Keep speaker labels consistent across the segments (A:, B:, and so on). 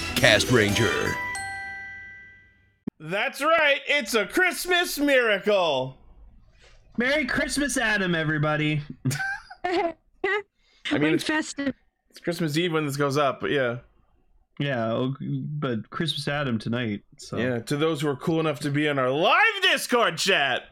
A: Podcast Ranger.
B: That's right. It's a Christmas miracle.
C: Merry Christmas, Adam, everybody.
B: I mean,
D: We're
B: it's,
D: festive.
B: it's Christmas Eve when this goes up, but yeah.
C: Yeah, o- but Christmas Adam tonight. So.
B: Yeah, to those who are cool enough to be in our live Discord chat.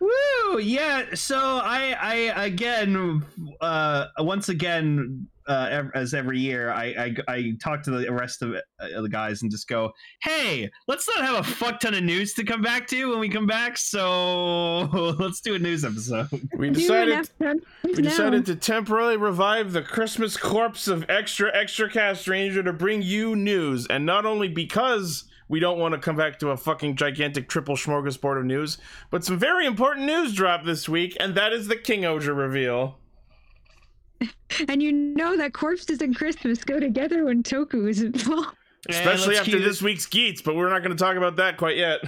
C: Woo! Yeah. So I, I again, uh, once again, uh, ev- as every year, I, I, I talk to the rest of uh, the guys and just go, "Hey, let's not have a fuck ton of news to come back to when we come back. So let's do a news episode."
B: We
D: Do an
B: decided
D: episode
B: we decided to temporarily revive the Christmas corpse of extra extra cast ranger to bring you news, and not only because we don't want to come back to a fucking gigantic triple smorgasbord of news, but some very important news dropped this week, and that is the King Oger reveal.
D: now. And you know that corpses and Christmas go together when Toku is involved.
B: Especially
C: let's
B: after
C: cue
B: this week's Geats, but we're not going to talk about that quite yet.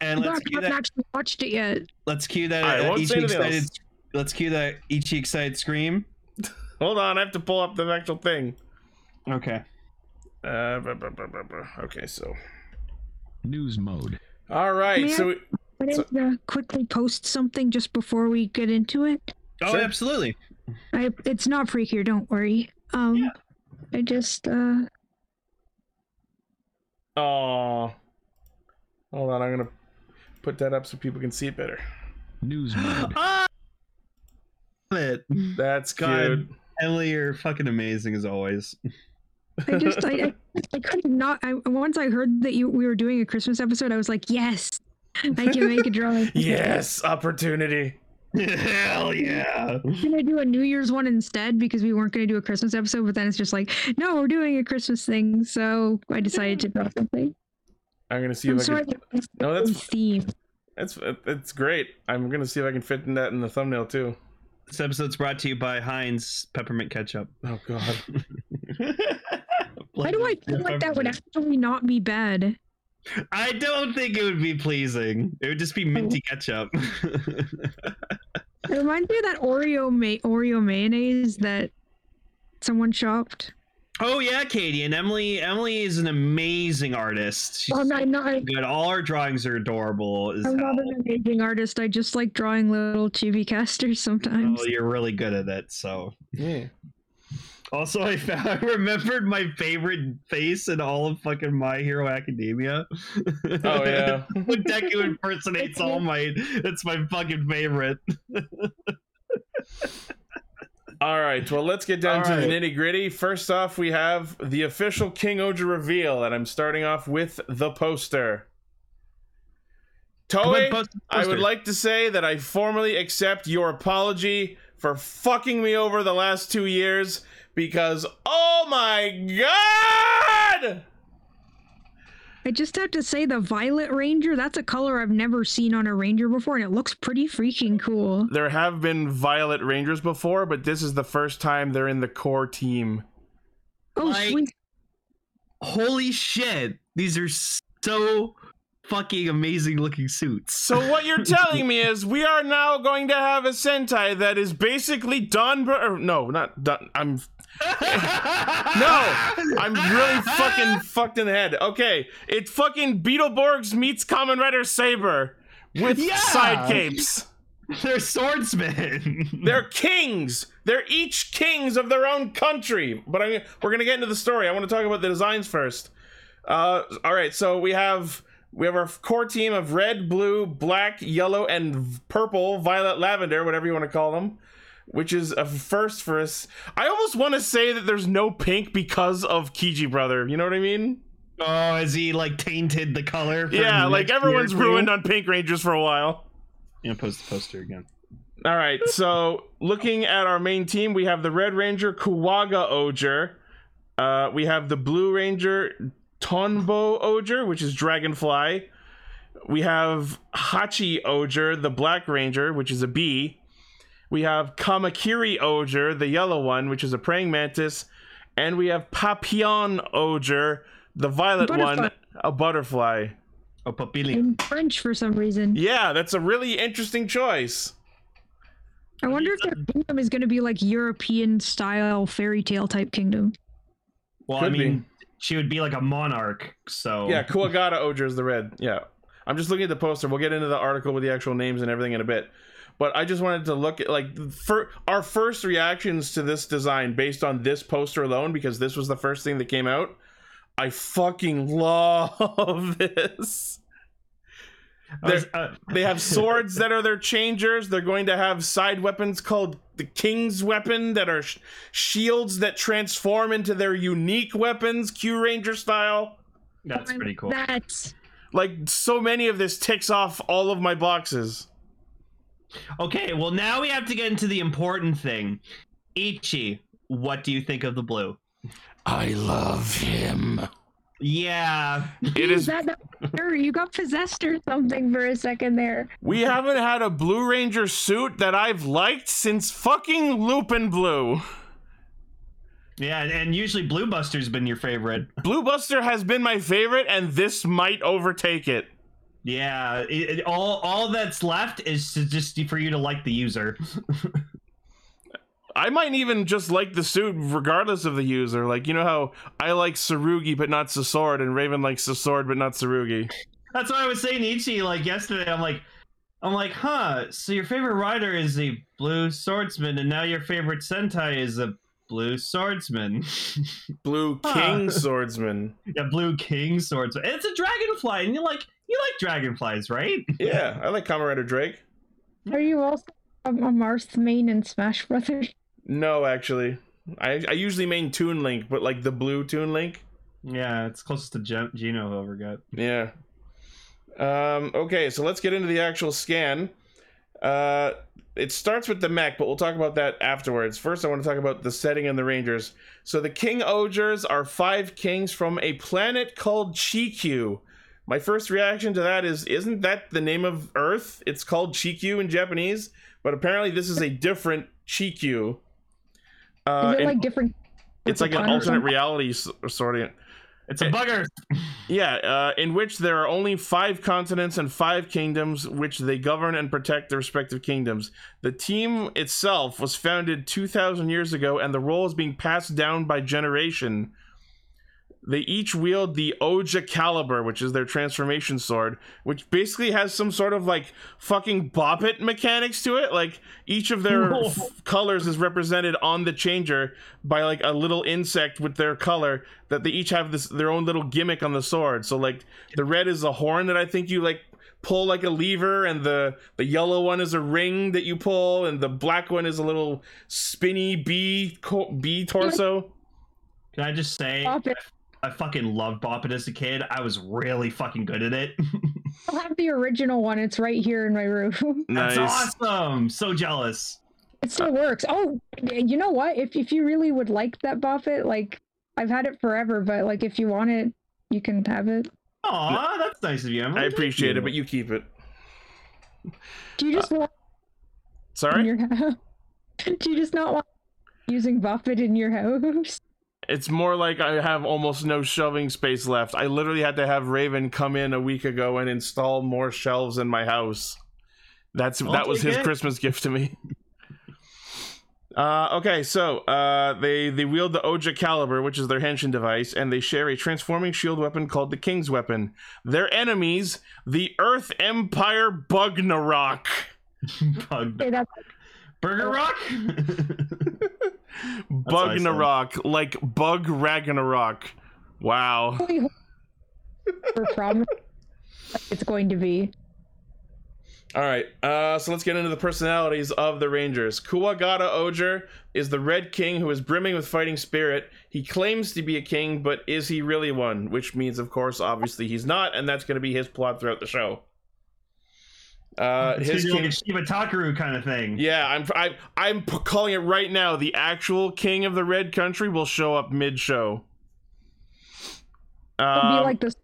C: And
D: Look, I
C: let's cue
D: haven't
C: that.
D: actually watched it yet.
C: Let's cue that.
B: I
C: uh,
B: won't
C: each
B: say anything
C: excited.
B: else.
C: Let's cue that. Each excited scream.
B: Hold on, I have to pull up the actual thing.
C: Okay.
B: Uh, bu- bu- bu- bu- bu- okay, so.
E: News mode.
B: All right,
D: Yeah.
B: so we-
D: Can
B: So-
D: I uh, quickly post something just before we get into it?
C: Oh,
B: Sure.
C: absolutely.
D: I, it's not free here, don't worry. Um,
C: Yeah.
D: I just, uh,
B: Oh. Hold on, I'm gonna put that up so people can see it better.
E: News mode.
C: Ah! Love it.
B: That's
C: God.
B: good.
C: Emily, you're fucking amazing as always.
D: I just, I, I, I could not, I, once I heard that you, we were doing a Christmas episode, I was like, yes, I can make a drawing.
B: Yes, opportunity.
C: Hell yeah.
D: gonna do a New Year's one instead because we weren't gonna do a Christmas episode, but then it's just like, no, we're doing a Christmas thing, so I decided to draw something.
B: I'm gonna see
D: I'm
B: if I
D: sorry,
B: can.
D: that it's
B: No, that's
D: a theme.
B: that's that's great. I'm gonna see if I can fit in that in the thumbnail too.
C: This episode's brought to you by Heinz Peppermint Ketchup.
B: Oh God.
D: Why do I feel like that would actually not be bad?
C: I don't think it would be pleasing. It would just
D: Oh.
C: be minty ketchup.
D: It reminds me of that Oreo ma- Oreo mayonnaise that someone shopped.
C: oh yeah, Katie and Emily. Emily is an amazing artist. She's
D: Well, I'm not.
C: so good. All her drawings are adorable. As
D: I'm
C: hell.
D: not an amazing artist. I just like drawing little chibi casters sometimes.
C: Oh, you're really good at it. So
B: Yeah.
C: Also, I, found, I remembered my favorite face in all of fucking My Hero Academia.
B: Oh yeah.
C: when Deku impersonates All Might, it's my fucking favorite.
B: All right. Well, let's get down
C: All
B: to the
C: right.
B: nitty gritty. First off, we have the official King Oja reveal, and I'm starting off with the poster. Toei. Oh, I would like to say that I formally accept your apology for fucking me over the last two years because, oh my god!
D: I just have to say, the Violet Ranger, that's a color I've never seen on a Ranger before, and it looks pretty freaking cool.
B: There have been Violet Rangers before, but this is the first time they're in the core team.
D: Oh,
C: Like-
D: sweet.
C: Holy shit! These are so fucking amazing looking suits.
B: So, what you're telling me is we are now going to have a Sentai that is basically Don. Bur- or no, not Don. I'm No, I'm really fucking fucked in the head. Okay, it's fucking Beetleborgs meets Common Rider Saber with
C: Yeah!
B: side capes.
C: They're swordsmen.
B: They're kings. They're each kings of their own country. But I mean, we're gonna get into the story. I want to talk about the designs first. Uh, all right, so we have we have our core team of red, blue, black, yellow, and v- purple, violet, lavender, whatever you want to call them, which is a first for us. I almost want to say that there's no pink because of Kiji brother. You know what I mean?
C: oh, is he like tainted the color? for
B: yeah,
C: next
B: like
C: year
B: everyone's
C: too?
B: ruined on Pink Rangers for a while.
C: I'm gonna post the poster again.
B: All right, so looking at our main team, we have the Red Ranger Kuwaga Oger. Uh, we have the Blue Ranger Tonbo Oger, which is Dragonfly. We have Hachi Oger, the Black Ranger, which is a bee. We have Kamakiri Oger, the yellow one, which is a praying mantis. And we have Papillon Oger, the violet one,
D: Butterfly.
B: a butterfly.
C: Oh, papili.
D: in French for some reason.
B: Yeah, that's a really interesting choice.
D: I wonder if their kingdom is going to be like European style fairy tale type kingdom.
C: Well,
B: Could
C: I mean, She would be like a monarch. So
B: Yeah, Kuwagata Oger is the red. Yeah. I'm just looking at the poster. We'll get into the article with the actual names and everything in a bit. But I just wanted to look at like for our first reactions to this design based on this poster alone because this was the first thing that came out. I fucking love this.
C: I was- uh,
B: They have swords that are their changers. They're going to have side weapons called the King's Weapon that are sh- shields that transform into their unique weapons, Q Ranger style.
C: that's pretty cool.
D: That's
B: Like so many of this ticks off all of my boxes.
C: Okay, well now we have to get into the important thing. Ichi, what do you think of the blue?
B: I love him.
C: Yeah,
B: It is.
D: that, that sure, you got possessed or something for a second there.
B: We haven't had a Blue Ranger suit that I've liked since fucking Lupin Blue.
C: yeah, and usually Blue Buster's been your favorite.
B: Blue Buster has been my favorite, and this might overtake it.
C: Yeah, it, it- all all that's left is to just for you to like the user.
B: I might even just like the suit regardless of the user. Like, you know how I like Sarugi but not Sasord, and Raven likes Sasord but not Sarugi.
C: That's what I was saying to Ichi like yesterday. I'm like, I'm like, huh? So your favorite rider is a blue swordsman, and now your favorite Sentai is a blue swordsman.
B: Blue
C: Huh.
B: King Swordsman.
C: yeah, blue king swordsman. It's a dragonfly, and you like you like dragonflies, right?
B: Yeah, I like Kamen Rider Drake.
D: Are you also a, a Marth main and Smash Brothers?
B: No, actually. I, I usually main Toon Link, but like the blue Toon Link.
C: Yeah, it's closest to Gen- Gino who ever got.
B: Yeah. Um, okay, so let's get into the actual scan. Uh, it starts with the mech, but we'll talk about that afterwards. First, I want to talk about the setting and the Rangers. So the King Ogers are five kings from a planet called Chikyu. My first reaction to that is, isn't that the name of Earth? It's called Chikyu in Japanese, but apparently this is a different Chikyu. Uh,
D: Is it
B: and
D: like different?
B: it's like an
D: different
B: alternate
D: planets?
B: reality s- sort of.
C: It's a
B: Eh.
C: bugger.
B: Yeah, uh, in which there are only five continents and five kingdoms, which they govern and protect their respective kingdoms. The team itself was founded 2,000 years ago, and the role is being passed down by generation. They each wield the Oja Caliber, which is their transformation sword, which basically has some sort of like fucking bop it mechanics to it. Like each of their
C: Whoa.
B: f- colors is represented on the changer by like a little insect with their color that they each have this their own little gimmick on the sword. So like the red is a horn that I think you like pull like a lever and the the yellow one is a ring that you pull and the black one is a little spinny bee co- bee torso.
C: Can I just say,
D: Bop It.
C: I fucking loved Bop It as a kid. I was really fucking good at it.
D: I'll have the original one. It's right here in my room.
C: That's awesome. So jealous.
D: It
B: Uh.
D: still works. Oh, you know what? If if you really would like that Buffett, like I've had it forever, but like if you want it, you can have it.
C: Aw, that's nice of you. Emily.
B: I
C: Thank
B: appreciate
C: you.
B: it, but you keep it.
D: Do you just
B: Uh,
D: want it in
B: Sorry?
D: your house? Do you just not want using Buffett in your house?
B: It's more like I have almost no shelving space left. I literally had to have Raven come in a week ago and install more shelves in my house. That's
C: I'll
B: that was
C: take
B: his
C: it.
B: Christmas gift to me. Uh, okay, so uh, they they wield the Oja Caliber, which is their henshin device, and they share a transforming shield weapon called the King's Weapon. Their enemies, the Earth Empire Bugnarok.
C: Bug-
D: Okay, that's
C: Burger Rock.
B: Bugnarok, like Bug Ragnarok. Wow.
D: really for problem. It's going to be.
B: All right, uh, so let's get into the personalities of the Rangers. Kuwagata Oger is the Red King who is brimming with fighting spirit. He claims to be a king, but is he really one? Which means, of course, obviously he's not, and that's going to be his plot throughout the show. Uh, his
C: His
B: king,
C: Shiba Takaru kind of thing.
B: yeah, I'm I, I'm p- calling it right now. The actual king of the Red Country will show up mid-show.
D: It'd be
B: Um,
D: like this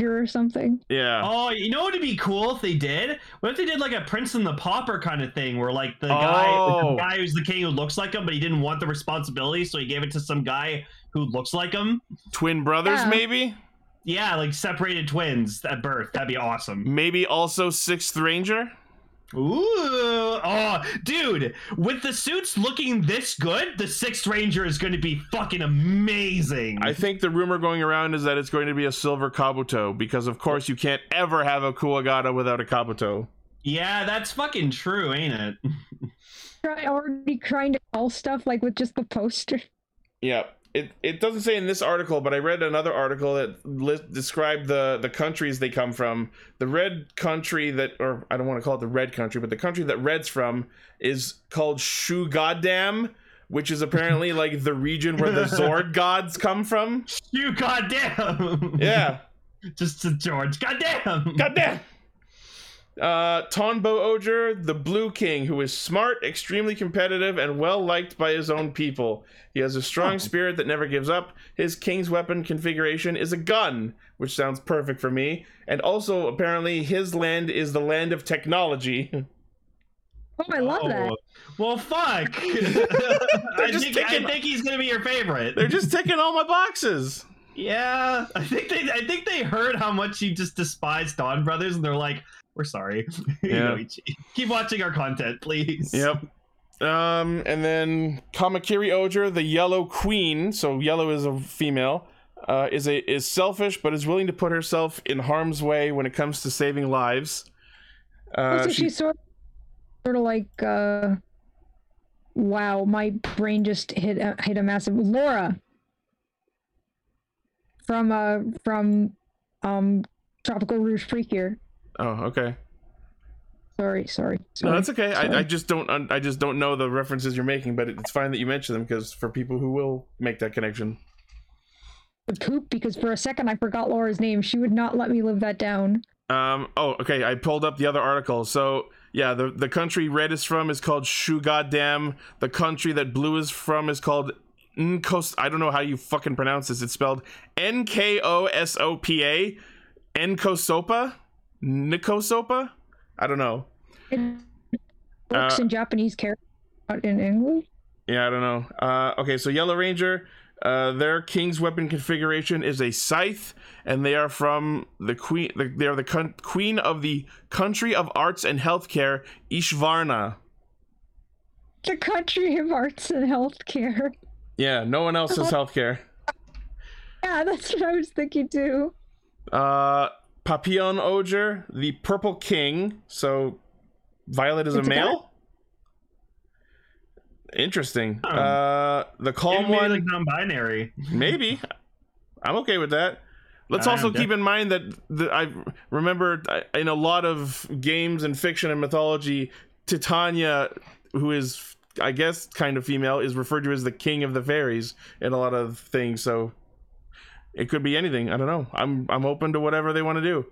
D: or something.
B: yeah.
C: Oh, you know what would be cool if they did? What if they did like a Prince and the Pauper kind of thing, where like the guy,
B: Oh.
C: the guy who's the king who looks like him, but he didn't want the responsibility, so he gave it to some guy who looks like him.
B: twin brothers
D: Yeah.
B: maybe
C: Yeah, like separated twins at birth. That'd be awesome.
B: maybe also sixth ranger
C: Ooh, oh, dude! With the suits looking this good, the Sixth Ranger is going to be fucking amazing.
B: I think the rumor going around is that it's going to be a silver Kabuto because, of course, you can't ever have a Kuwagata without a Kabuto.
C: yeah, that's fucking true, ain't it?
D: Try, already trying to call stuff like with just the poster.
B: Yeah. It, it doesn't say in this article, but I read another article that li- described the, the countries they come from. The red country that, or I don't want to call it the red country, but the country that red's from is called Shugadam, which is apparently like the region where the Zord gods come from.
C: You goddamn.
B: Yeah.
C: Just to George. Goddamn.
B: Goddamn. Uh, Tonbo Oger, the Blue King, who is smart, extremely competitive, and well liked by his own people. He has a strong spirit that never gives up. His king's weapon configuration is a gun, which sounds perfect for me. And also, apparently, his land is the land of technology.
D: Oh, I love that.
C: Oh,
B: uh,
C: Well, fuck. I,
B: just
C: think,
B: taking-
C: I think he's gonna be your favorite.
B: They're just ticking all my boxes.
C: Yeah, I think they. I think they heard how much you just despise Dawn Brothers, and they're like, "We're sorry,
B: Yeah.
C: Yoichi. Keep watching our content, please."
B: Yep. Um, and then Kamakiri Oger, the Yellow Queen. So yellow is a female. Uh, is a is selfish, but is willing to put herself in harm's way when it comes to saving lives. Uh,
D: also,
B: she-
D: Oh, she's sort sort of like uh, wow, my brain just hit a, hit a massive Laura from uh from um Tropical Rouge Freakier.
B: oh, okay.
D: Sorry, sorry.
B: No,
D: sorry.
B: that's okay. I, I
D: Sorry.
B: just don't un- I just don't know the references you're making, but it's fine that you mention them because for people who will make that connection.
D: The poop because for a second I forgot Laura's name. She would not let me live that down.
B: Um. Oh, okay. I pulled up the other article. So yeah, the the country red is from is called Shugadam. The country that blue is from is called Nkos. I don't know how you fucking pronounce this. It's spelled N K O S O P A. Nkosopa. Nikosopa. I don't know.
D: It
B: Uh,
D: works in Japanese character, not in English.
B: Yeah, I don't know. Uh, okay, so Yellow Ranger, uh, their king's weapon configuration is a scythe, and they are from the queen. The, they are the con- queen of the country of arts and healthcare, Ishvarna.
D: The country of arts and healthcare.
B: Yeah, no one else has healthcare.
D: Yeah, that's what I was thinking too.
B: Uh, Papillon Oger, the Purple King. So, Violet is a
D: It's a guy?
B: male. Interesting.
C: Oh.
B: Uh, the calm
C: Maybe
B: one.
C: like non-binary.
B: Maybe. I'm okay with that. Let's
C: I
B: also
C: am, yeah.
B: keep in mind that the, I remember uh, in a lot of games and fiction and mythology, Titania, who is, I guess, kind of female, is referred to as the king of the fairies in a lot of things. So it could be anything. I don't know. I'm, I'm open to whatever they want to do.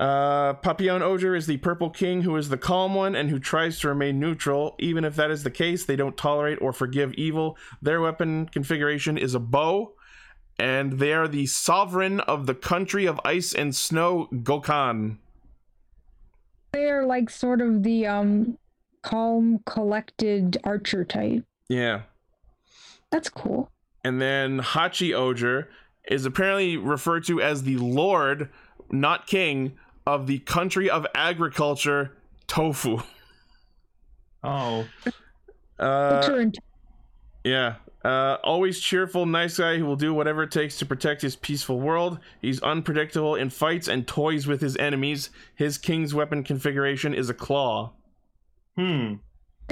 B: Uh, Papillon Oger is the purple king who is the calm one and who tries to remain neutral. Even if that is the case, they don't tolerate or forgive evil. Their weapon configuration is a bow, and they are the sovereign of the country of ice and snow, Gokan.
D: They're like sort of the um calm, collected archer type.
B: Yeah.
D: That's cool.
B: And then Hachi Oger is apparently referred to as the lord, not king, of the country of agriculture, Tofu.
C: Oh,
B: Uh,
D: Culture and-
B: Yeah. Uh, always cheerful, nice guy who will do whatever it takes to protect his peaceful world. He's unpredictable in fights and toys with his enemies. His king's weapon configuration is a claw.
C: hmm.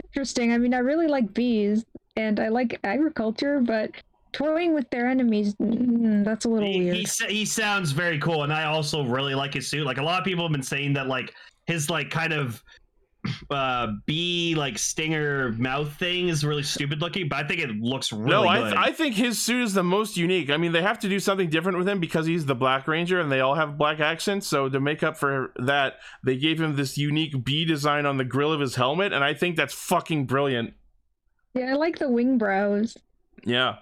D: interesting. I mean, I really like bees and I like agriculture, but toying with their enemies, mm, that's a little
C: He,
D: weird.
C: he sa- he sounds very cool, and I also really like his suit. Like a lot of people have been saying that, like his like kind of uh bee like stinger mouth thing is really stupid looking, but I think it looks really
B: no, I,
C: good.
B: I think his suit is the most unique. I mean, they have to do something different with him because he's the Black Ranger and they all have black accents. So, to make up for that, they gave him this unique bee design on the grill of his helmet. And I think that's fucking brilliant.
D: Yeah, I like the wing brows.
B: Yeah.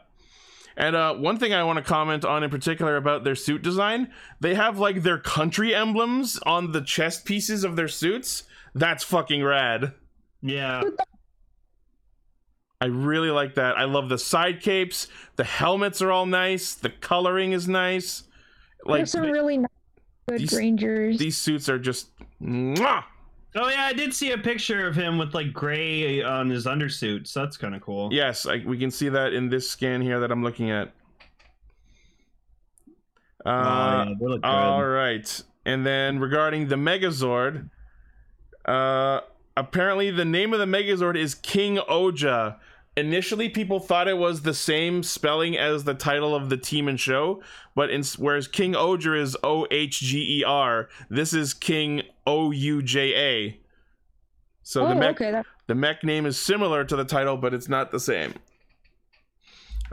B: And uh, one thing I want to comment on in particular about their suit design, they have like their country emblems on the chest pieces of their suits. That's fucking rad.
C: yeah.
B: I really like that. I love the side capes. The helmets are all nice. The coloring is nice. Like
D: There's some really nice good
B: these-
D: rangers.
B: these suits are just mwah!
C: Oh yeah, I did see a picture of him with like gray on his undersuit, so that's kind of cool.
B: Yes, I, we can see that in this scan here that I'm looking at. Uh,
C: Oh, yeah, they look good.
B: All right. And then regarding the Megazord, uh, apparently the name of the Megazord is King Oja. Initially, people thought it was the same spelling as the title of the team and show, but in, whereas King Oger is O H G E R, this is King O U J A. So
D: oh,
B: the mech,
D: okay. That,
B: the mech name is similar to the title, but it's not the same.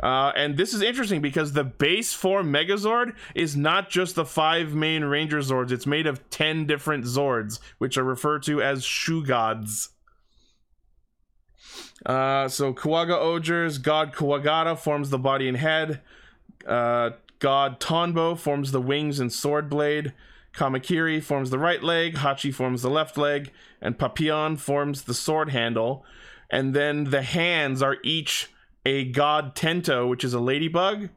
B: Uh, and this is interesting because the base form Megazord is not just the five main Ranger Zords. It's made of ten different Zords, which are referred to as Shoe Gods. Uh, so Kawaga Ogre's God Kawagata forms the body and head. Uh, God Tonbo forms the wings and sword blade. Kamakiri forms the right leg. Hachi forms the left leg and Papillon forms the sword handle, and then the hands are each a god Tento, which is a ladybug.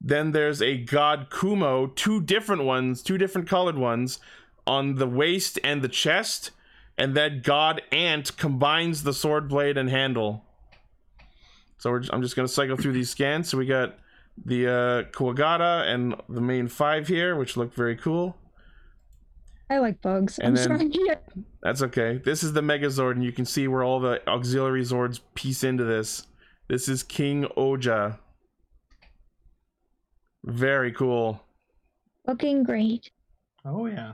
B: Then there's a god Kumo, two different ones, two different colored ones, on the waist and the chest, and that god Ant combines the sword blade and handle. So we're just, I'm just gonna cycle through these scans. So we got the uh, Kuwagata and the main five here, which look very cool.
D: I like bugs. I'm
B: And then-
D: sorry. Yeah.
B: That's okay. This is the Megazord, and you can see where all the auxiliary Zords piece into this. This is King Oja. Very cool.
D: Looking great.
C: Oh yeah,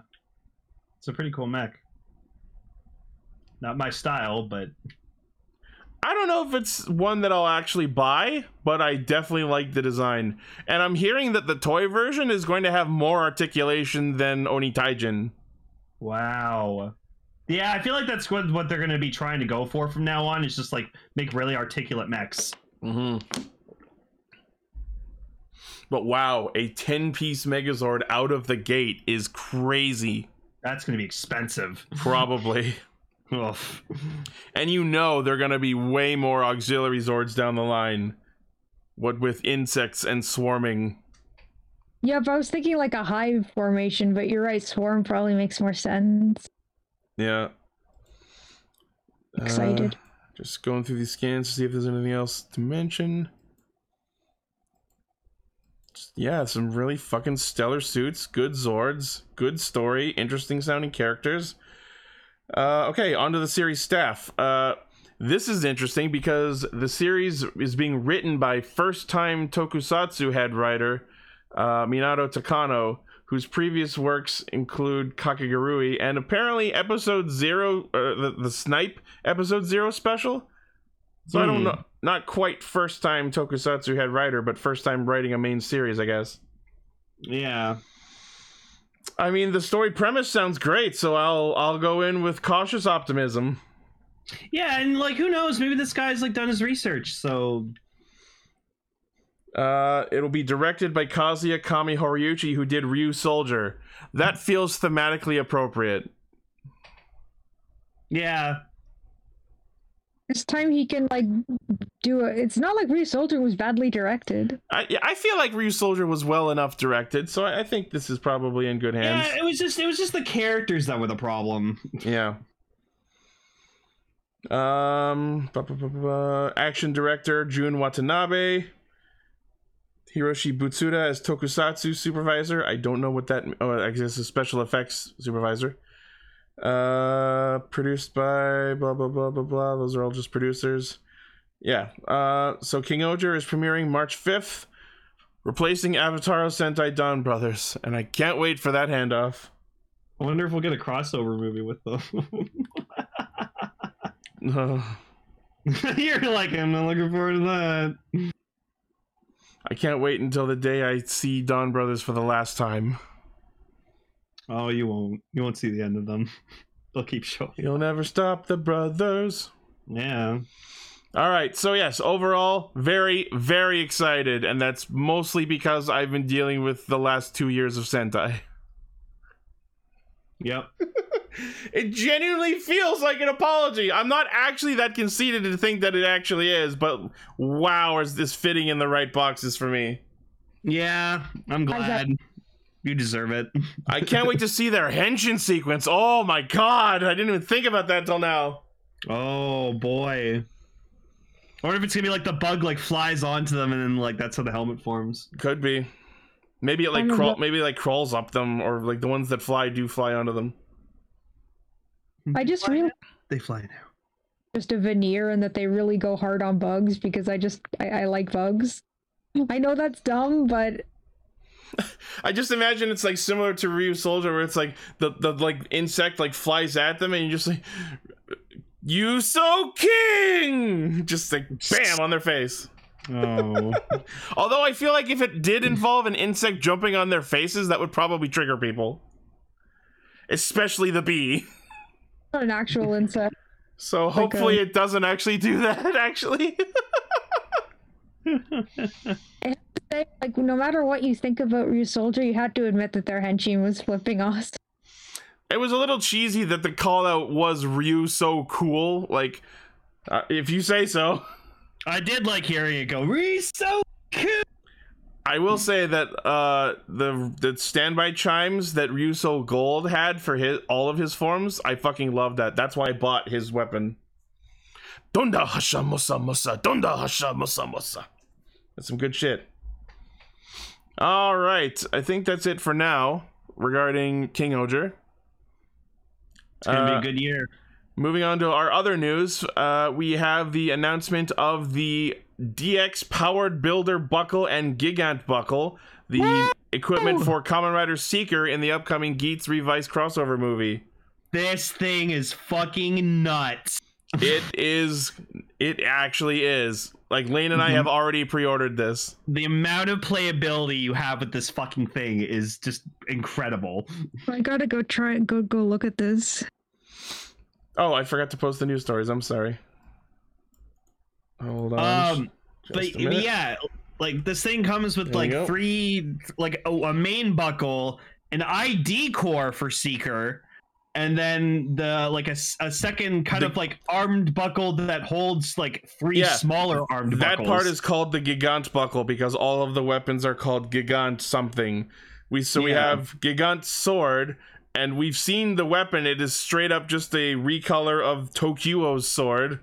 C: it's a pretty cool mech. Not my style, but
B: I don't know if it's one that I'll actually buy, but I definitely like the design. And I'm hearing that the toy version is going to have more articulation than Oni Taijin.
C: wow. Yeah, I feel like that's what, what they're going to be trying to go for from now on. Is just like make really articulate mechs.
B: Mm-hmm. But wow, a 10 piece Megazord out of the gate is crazy.
C: That's going to be expensive.
B: Probably.
C: Ugh.
B: and you know they're going to be way more auxiliary zords down the line what with insects and swarming
D: Yep, I was thinking like a hive formation, but you're right. Swarm probably makes more sense.
B: yeah Uh,
D: Excited.
B: just going through these scans to see if there's anything else to mention Just- yeah some really fucking stellar suits good zords good story interesting sounding characters uh, okay onto the series staff uh, this is interesting because the series is being written by first-time tokusatsu head writer uh, Minato Takano, whose previous works include Kakagurui and apparently episode zero, uh, the, the Snipe episode zero special. So I don't
C: Hmm.
B: know, not quite first time tokusatsu head writer, but first time writing a main series, I guess.
C: yeah.
B: I mean, the story premise sounds great, so I'll I'll go in with cautious optimism.
C: Yeah, and like who knows? Maybe this guy's like done his research. So
B: Uh, it'll be directed by Kazuya Kami Horiuchi, who did Ryu Soldier. That feels thematically appropriate.
C: yeah,
D: This time he can like do it. It's not like Ryu Soldier was badly directed.
B: I, yeah, I feel like Ryu Soldier was well enough directed, so I, I think this is probably in good hands.
C: yeah. It was just it was just the characters that were the problem.
B: Yeah. Um, ba- ba- ba- ba- action director Jun Watanabe, Hiroshi Butsuda as Tokusatsu supervisor. I don't know what that. Oh, I guess it's special effects supervisor. Uh, produced by blah blah blah blah blah. Those are all just producers. Yeah. Uh, so King Oger is premiering March fifth, replacing Avatar Sentai Dawn Brothers, and I can't wait for that handoff.
C: I wonder if we'll get a crossover movie with them. You're like, I'm not looking forward to that.
B: I can't wait until the day I see Don Brothers for the last time.
C: Oh, you won't. You won't see the end of them. They'll keep showing.
B: You'll never stop the brothers.
C: Yeah.
B: All right, so yes, overall, very, very excited, and that's mostly because I've been dealing with the last two years of Sentai.
C: Yep.
B: It genuinely feels like an apology. I'm not actually that conceited to think that it actually is, but wow, is this fitting in the right boxes for me?
C: Yeah. I'm
D: How's that-
C: glad. You deserve it.
B: I can't wait to see their henshin sequence. Oh my god, I didn't even think about that till now.
C: Oh boy. I wonder if it's gonna be like the bug like flies onto them and then like that's how the helmet forms.
B: Could be. Maybe it like
D: Oh my
B: crawl
D: God.
B: maybe it, like crawls up them or like the ones that fly do fly onto them.
D: I just realized
C: They fly now.
D: just a veneer and that they really go hard on bugs because I just I, I like bugs. I know that's dumb, but
B: I just imagine it's like similar to Ryu Soldier where it's like the, the like insect like flies at them and you just like You so king just like bam on their face.
C: Oh.
B: Although I feel like if it did involve an insect jumping on their faces, that would probably trigger people. Especially the bee.
D: not an actual insect.
B: So
D: Like
B: hopefully
D: a-
B: it doesn't actually do that, actually.
D: They- Like no matter what you think about Ryu Soldier, you had to admit that their henchman was flipping awesome.
B: it was a little cheesy that the call out was Ryu so cool. Like, uh, if you say so.
C: I did like hearing it go, Reese so cool.
B: I will say that uh, the the standby chimes that Ryuso Gold had for his all of his forms, I fucking love that. That's why I bought his weapon. Donda hasha mosa mosa, donda hasha mosa mosa. That's some good shit. All right, I think that's it for now regarding King Oger.
C: It's gonna
B: Uh,
C: be a good year.
B: Moving on to our other news, uh, we have the announcement of the DX powered builder buckle and Gigant buckle, the equipment for Common Rider Seeker in the upcoming Geats Revice crossover movie.
C: This thing is fucking nuts.
B: It is, it actually is. Like Lane and I
C: Mm-hmm.
B: have already pre-ordered this.
C: The amount of playability you have with this fucking thing is just incredible.
D: I gotta go try go go look at this.
B: Oh, I forgot to post the news stories. I'm sorry. Hold on.
C: Um, but,
B: just a minute.
C: yeah, like this thing comes with
B: There you go.
C: like three, like a, a main buckle, an ID core for Seeker, and then the like a, s- a second kind
B: The-
C: of like armed buckle that holds like three
B: Yeah.
C: smaller armed.
B: That
C: buckles.
B: part is called the Gigant buckle because all of the weapons are called Gigant something. We so we
C: Yeah.
B: have Gigant sword, and we've seen the weapon. It is straight up just a recolor of Tokyo's sword.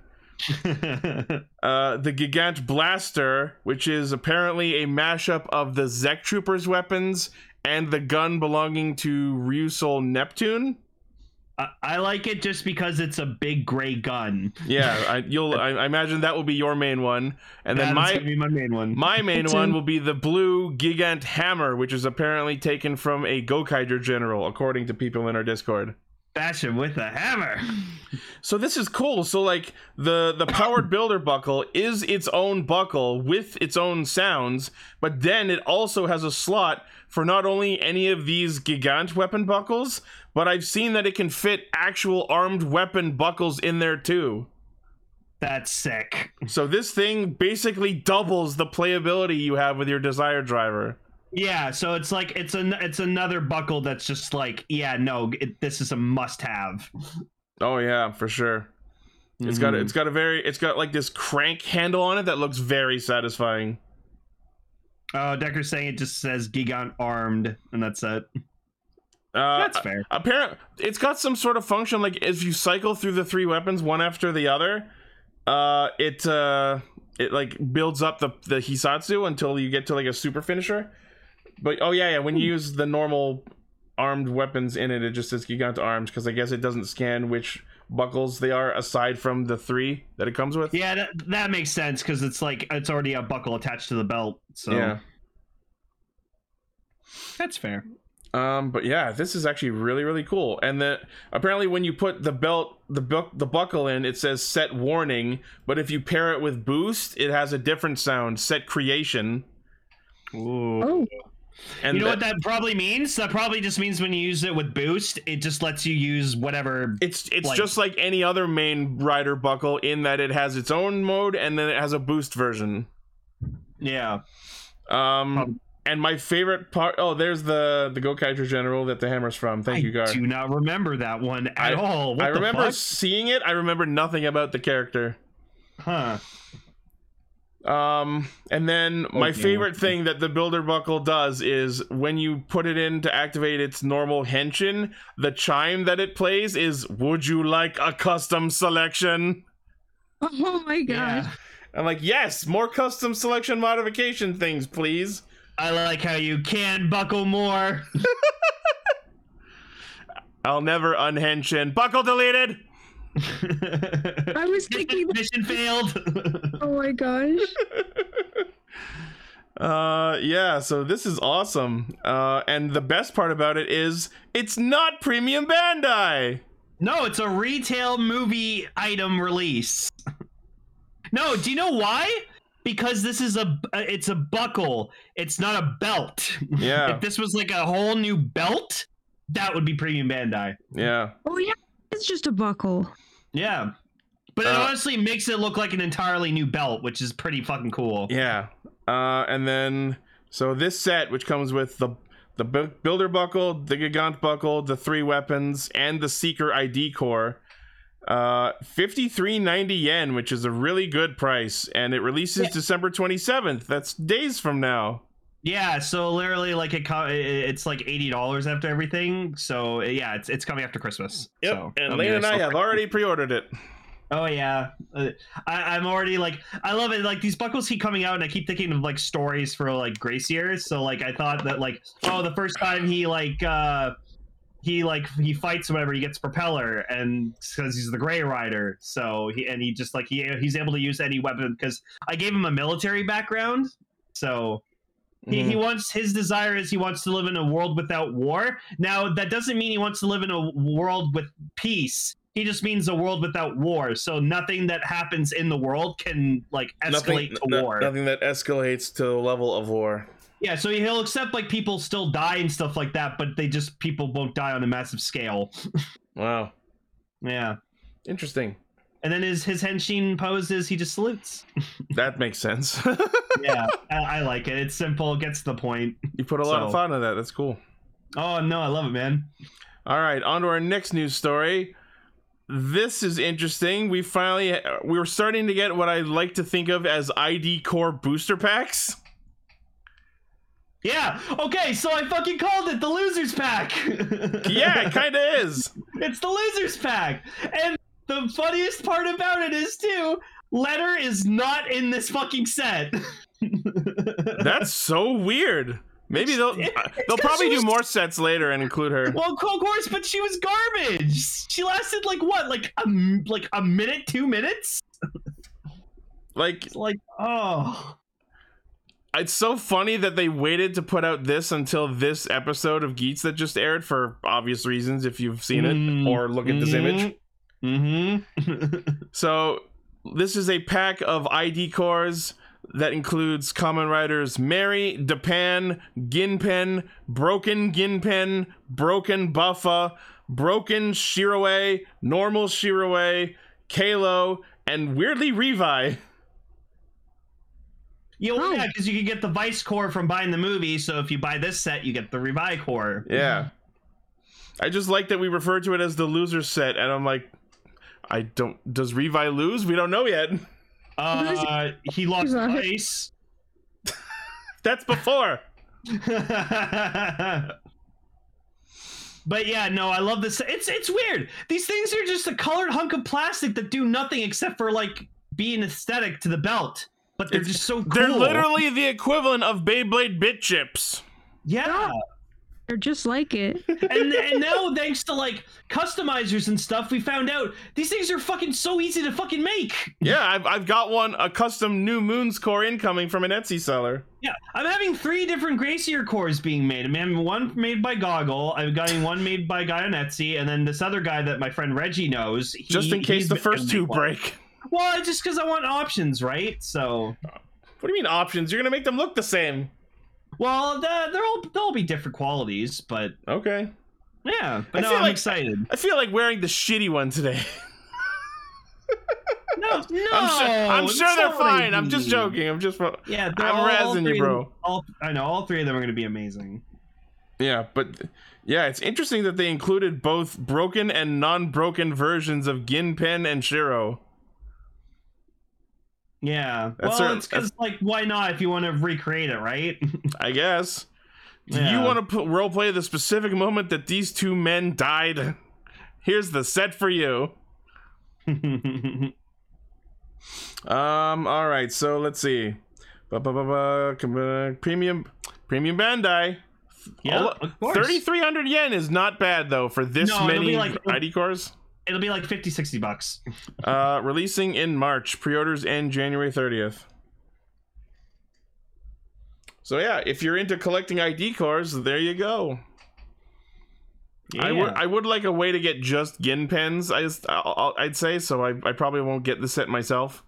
B: Uh, the Gigant blaster, which is apparently a mashup of the Zek Trooper's weapons and the gun belonging to Ryusol Neptune.
C: I, I like it just because it's a big gray gun,
B: Yeah, I, you'll I, I imagine that will be your main one, and then my
C: That's gonna be my main one.
B: My main
D: It's
B: one
D: in-
B: will be the blue Gigant Hammer, which is apparently taken from a Gokaiger general, according to people in our Discord.
C: Bash him with a hammer.
B: So this is cool. So like the the powered builder buckle is its own buckle with its own sounds, but then it also has a slot for not only any of these Gigant weapon buckles, but I've seen that it can fit actual armed weapon buckles in there too.
C: That's sick.
B: So this thing basically doubles the playability you have with your desire driver.
C: Yeah, so it's like it's an it's another buckle that's just like yeah no it, this is a must have.
B: Oh yeah, for sure. It's got
C: Mm-hmm.
B: it's got a very it's got like this crank handle on it that looks very satisfying.
C: Oh, Decker's saying it just says Gigant armed, and that's it.
B: Uh,
C: that's fair.
B: Apparent, it's got some sort of function like if you cycle through the three weapons one after the other, uh, it uh, it like builds up the the hisatsu until you get to like a super finisher. But oh yeah, yeah, when you use the normal armed weapons in it, it just says Gigant arms because I guess it doesn't scan which buckles they are aside from the three that it comes with.
C: Yeah, that, that makes sense because it's like it's already a buckle attached to the belt. So
B: yeah.
C: that's fair.
B: Um, but yeah, this is actually really really cool. And the apparently when you put the belt the bu- the buckle in, it says set warning. But if you pair it with boost, it has a different sound, set creation.
C: Ooh.
D: Oh,
B: And
C: you know
B: that-
C: what that probably means? That probably just means when you use it with boost, it just lets you use whatever.
B: it's it's
C: like-
B: just like any other main rider buckle in that it has its own mode and then it has a boost version.
C: Yeah.
B: Um,
C: Probably.
B: and my favorite part. Oh, there's the the Gokaiger General that the hammer's from. Thank
C: I
B: you, Gar.
C: do not remember that one at
B: I-
C: all. What
B: I
C: the
B: remember
C: fuck?
B: seeing it. I remember nothing about the character.
C: Huh.
B: Um, and then my
C: Okay.
B: favorite thing that the Builder Buckle does is when you put it in to activate its normal henshin, the chime that it plays is "Would you like a custom selection?"
D: Oh my gosh.
B: I'm like, yes, more custom selection modification things, please.
C: I like how you can buckle more.
B: I'll never unhenshin. Buckle deleted.
D: I was thinking,
C: Mission failed.
D: oh my gosh.
B: Uh, yeah. So this is awesome. Uh, and the best part about it is it's not premium Bandai.
C: no, it's a retail movie item release. No, do you know why? Because this is a uh, it's a buckle. It's not a belt.
B: Yeah.
C: If this was like a whole new belt, that would be premium Bandai.
B: Yeah.
D: Oh yeah, it's just a buckle.
C: Yeah. But it
B: Uh,
C: honestly makes it look like an entirely new belt, which is pretty fucking cool.
B: Yeah. Uh, and then so this set, which comes with the the bu- builder buckle, the gigant buckle, the three weapons, and the seeker ID core, uh, fifty three ninety yen, which is a really good price, and it releases December twenty seventh. That's days from now.
C: Yeah, so literally, like it, co- i- i- it's like eighty dollars after everything. So yeah, it's it's coming after Christmas. So,
B: and
C: I mean,
B: Lane and
C: it's
B: I
C: still-
B: have already pre ordered it.
C: Oh yeah, Uh, I, I'm already like I love it. Like these buckles keep coming out, and I keep thinking of like stories for like Gracier. So like I thought that like oh the first time he like uh he like he fights or whatever he gets propeller and because he's the Gray Rider. So he and he just like he he's able to use any weapon because I gave him a military background. So he,
B: Mm.
C: he wants his desire is he wants to live in a world without war. Now that doesn't mean he wants to live in a world with peace. He just means a world without war. So nothing that happens in the world can like
B: Mm-hmm.
C: escalate to
B: no-
C: war.
B: Nothing that escalates to the level of war.
C: Yeah, so he'll accept like people still die and stuff like that, but they just people won't die on a massive scale.
B: Wow.
C: Yeah.
B: Interesting.
C: And then his his henshin pose is he just salutes.
B: That makes sense.
C: Yeah, I, I like it. It's simple, gets to the point.
B: you put a lot of
C: So-
B: thought into that. That's cool.
C: Oh no, I love it, man.
B: All right, on to our next news story. This is interesting. We finally we were starting to get what I like to think of as ID core booster packs.
C: Yeah. Okay, so I fucking called it the losers pack.
B: Yeah, it kind of is.
C: It's the losers pack. And the funniest part about it is too, Letter is not in this fucking set.
B: That's so weird. Maybe they'll uh, they'll
C: 'cause
B: probably
C: she
B: do
C: was-
B: more sets later and include her.
C: well, of course, but she was garbage. She lasted like what, like a m- like a minute, two minutes?
B: Like
C: It's Like oh,
B: it's so funny that they waited to put out this until this episode of Geeks that just aired for obvious reasons if you've seen
C: Mm.
B: it or look at this image.
C: Mm-hmm.
B: So this is a pack of ID cores that includes common riders Mary, Depan, Ginpen, Broken Ginpen, Broken Buffa, Broken Shiroe, Normal Shiroe, Kalo, and weirdly Revi.
C: yeah, well,
D: Oh.
C: yeah, because you can get the Vice Core from buying the movie. So if you buy this set, you get the Revi Core.
B: Yeah. I just like that we refer to it as the loser set, and I'm like, I don't. Does Revi lose? We don't know yet.
C: Uh, he lost twice.
B: That's before.
C: but yeah, no, I love this. It's it's weird. These things are just a colored hunk of plastic that do nothing except for like being aesthetic to the belt. But they're
B: It's-
C: just so cool.
B: They're literally the equivalent of Beyblade bit chips.
C: yeah.
D: They're just like it.
C: and and now thanks to like customizers and stuff, we found out these things are fucking so easy to fucking make.
B: Yeah, I've, I've got one, a custom New Moon's core incoming from an Etsy seller.
C: Yeah, I'm having three different Gracier cores being made. I'm having one made by Goggle. I've got one made by a guy on Etsy, and then this other guy that my friend Reggie knows. he-
B: Just in case
C: he's
B: the
C: been-
B: first two
C: Well,
B: break.
C: Well, it's just because I want options, right? So,
B: What do you mean options? You're gonna make them look the same.
C: well, the, they're all they'll all be different qualities, but
B: Okay.
C: yeah. But
B: I
C: no,
B: feel
C: I'm
B: like-
C: excited.
B: I feel like wearing the shitty one today.
C: No, no,
B: I'm sure, I'm
C: it's
B: sure they're
C: not
B: fine. I'm just
C: easy.
B: joking. I'm just.
C: Yeah, they're
B: I'm
C: all- all
B: razzing you,
C: three of them-
B: bro.
C: All, I know all three of them are going to be amazing.
B: Yeah, but yeah, it's interesting that they included both broken and non broken versions of Ginpen and Shiro.
C: Yeah.
B: That's
C: well,
B: cer-
C: it's because like, why not? If you want to recreate it, right?
B: I guess. Do you
C: Yeah.
B: want to role play the specific moment that these two men died? Here's the set for you. Um. All right. So let's see. Ba, ba, ba, ba, com- uh, premium, premium Bandai.
C: yeah,
B: All-
C: of course.
B: Thirty three hundred yen is not bad though for this
C: No, it'll
B: many
C: be like-
B: ID cars.
C: It'll be like 50, 60 bucks.
B: Uh, releasing in March. Pre-orders end January thirtieth. So yeah, if you're into collecting ID cars, there you go. I would
C: Yeah.
B: I would like a way to get just gin pens. I just, I'll, I'll- I'd say so. I, I probably won't get the set myself.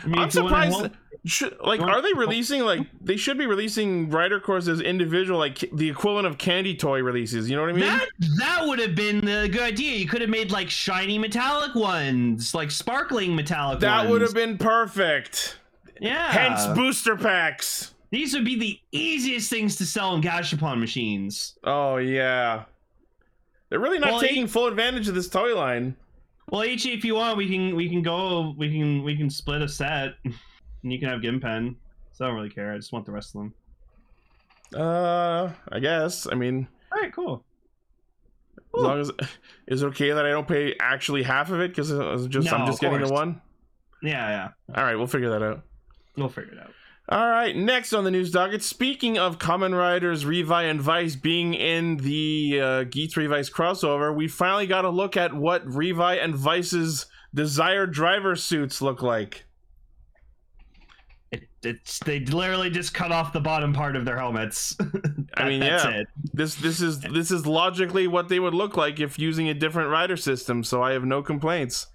C: I mean,
B: I'm
C: if you wanna
B: surprised.
C: hold-
B: should, like,
C: you wanna-
B: are they releasing like they should be releasing rider cores as individual, like ca- the equivalent of candy toy releases? You know what I mean?
C: that that would have been the good idea. You could have made like shiny metallic ones, like sparkling metallic ones.
B: that would have been perfect.
C: yeah.
B: Hence booster packs.
C: These would be the easiest things to sell in Gashapon machines.
B: Oh yeah, they're really not
C: Well,
B: taking full advantage of this toy line.
C: Well, H, if you want, we can we can go we can we can split a set, and you can have Gimpen. So I don't really care. I just want the rest of them.
B: Uh, I guess. I mean,
C: All right, cool.
B: as long as is it okay that I don't pay actually half of it because just
C: No,
B: I'm just
C: of
B: getting the
C: course.
B: one.
C: Yeah, yeah.
B: All right, we'll figure that out.
C: We'll figure it out.
B: All right, next on the news docket, speaking of Common Riders, Revi, and Vice being in the uh, Geats Revice crossover, we finally got a look at what Revi and Vice's desired driver suits look like.
C: It, it's they literally just cut off the bottom part of their helmets.
B: I mean,
C: that's
B: yeah,
C: it.
B: this this is this is logically what they would look like if using a different rider system. So I have no complaints.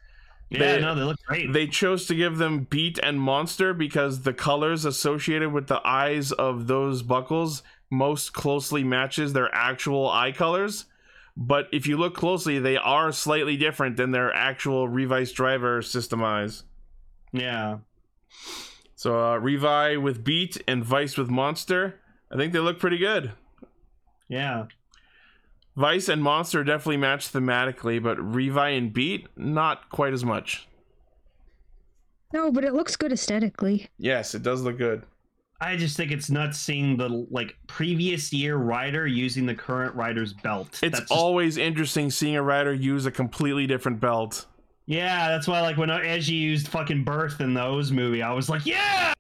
C: Yeah,
B: They-
C: no, they look great.
B: They chose to give them Beat and Monster because the colors associated with the eyes of those buckles most closely matches their actual eye colors. But if you look closely, they are slightly different than their actual Revice driver system eyes.
C: yeah,
B: So uh, Revi with Beat and Vice with Monster. I think they look pretty good.
C: yeah.
B: Vice and Monster definitely match thematically, but Revi and Beat, not quite as much.
D: No, but it looks good aesthetically.
B: Yes, it does look good.
C: I just think it's nuts seeing the like previous year rider using the current rider's belt.
B: It's
C: That's just-
B: always interesting seeing a rider use a completely different belt.
C: yeah. That's why like when Edgy used fucking birth in the O's movie, I was like, yeah,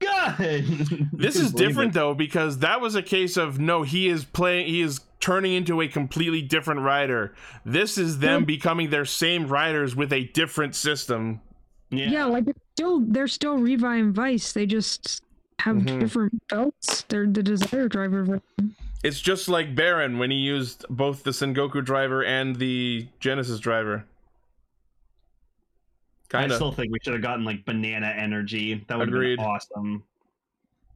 C: good.
B: This is different though because that was a case of no, he is playing, he is turning into a completely different rider. This is them becoming their same riders with a different system.
C: Yeah.
D: Yeah, like it's still they're still Revi and Vice. They just have
B: Mhm.
D: different belts. They're the desire driver. ver-
B: It's just like Baron when he used both the Sengoku driver and the Genesis driver. Kind
C: I
B: of.
C: still think we should have gotten like banana energy. That would have
B: Agreed.
C: been awesome.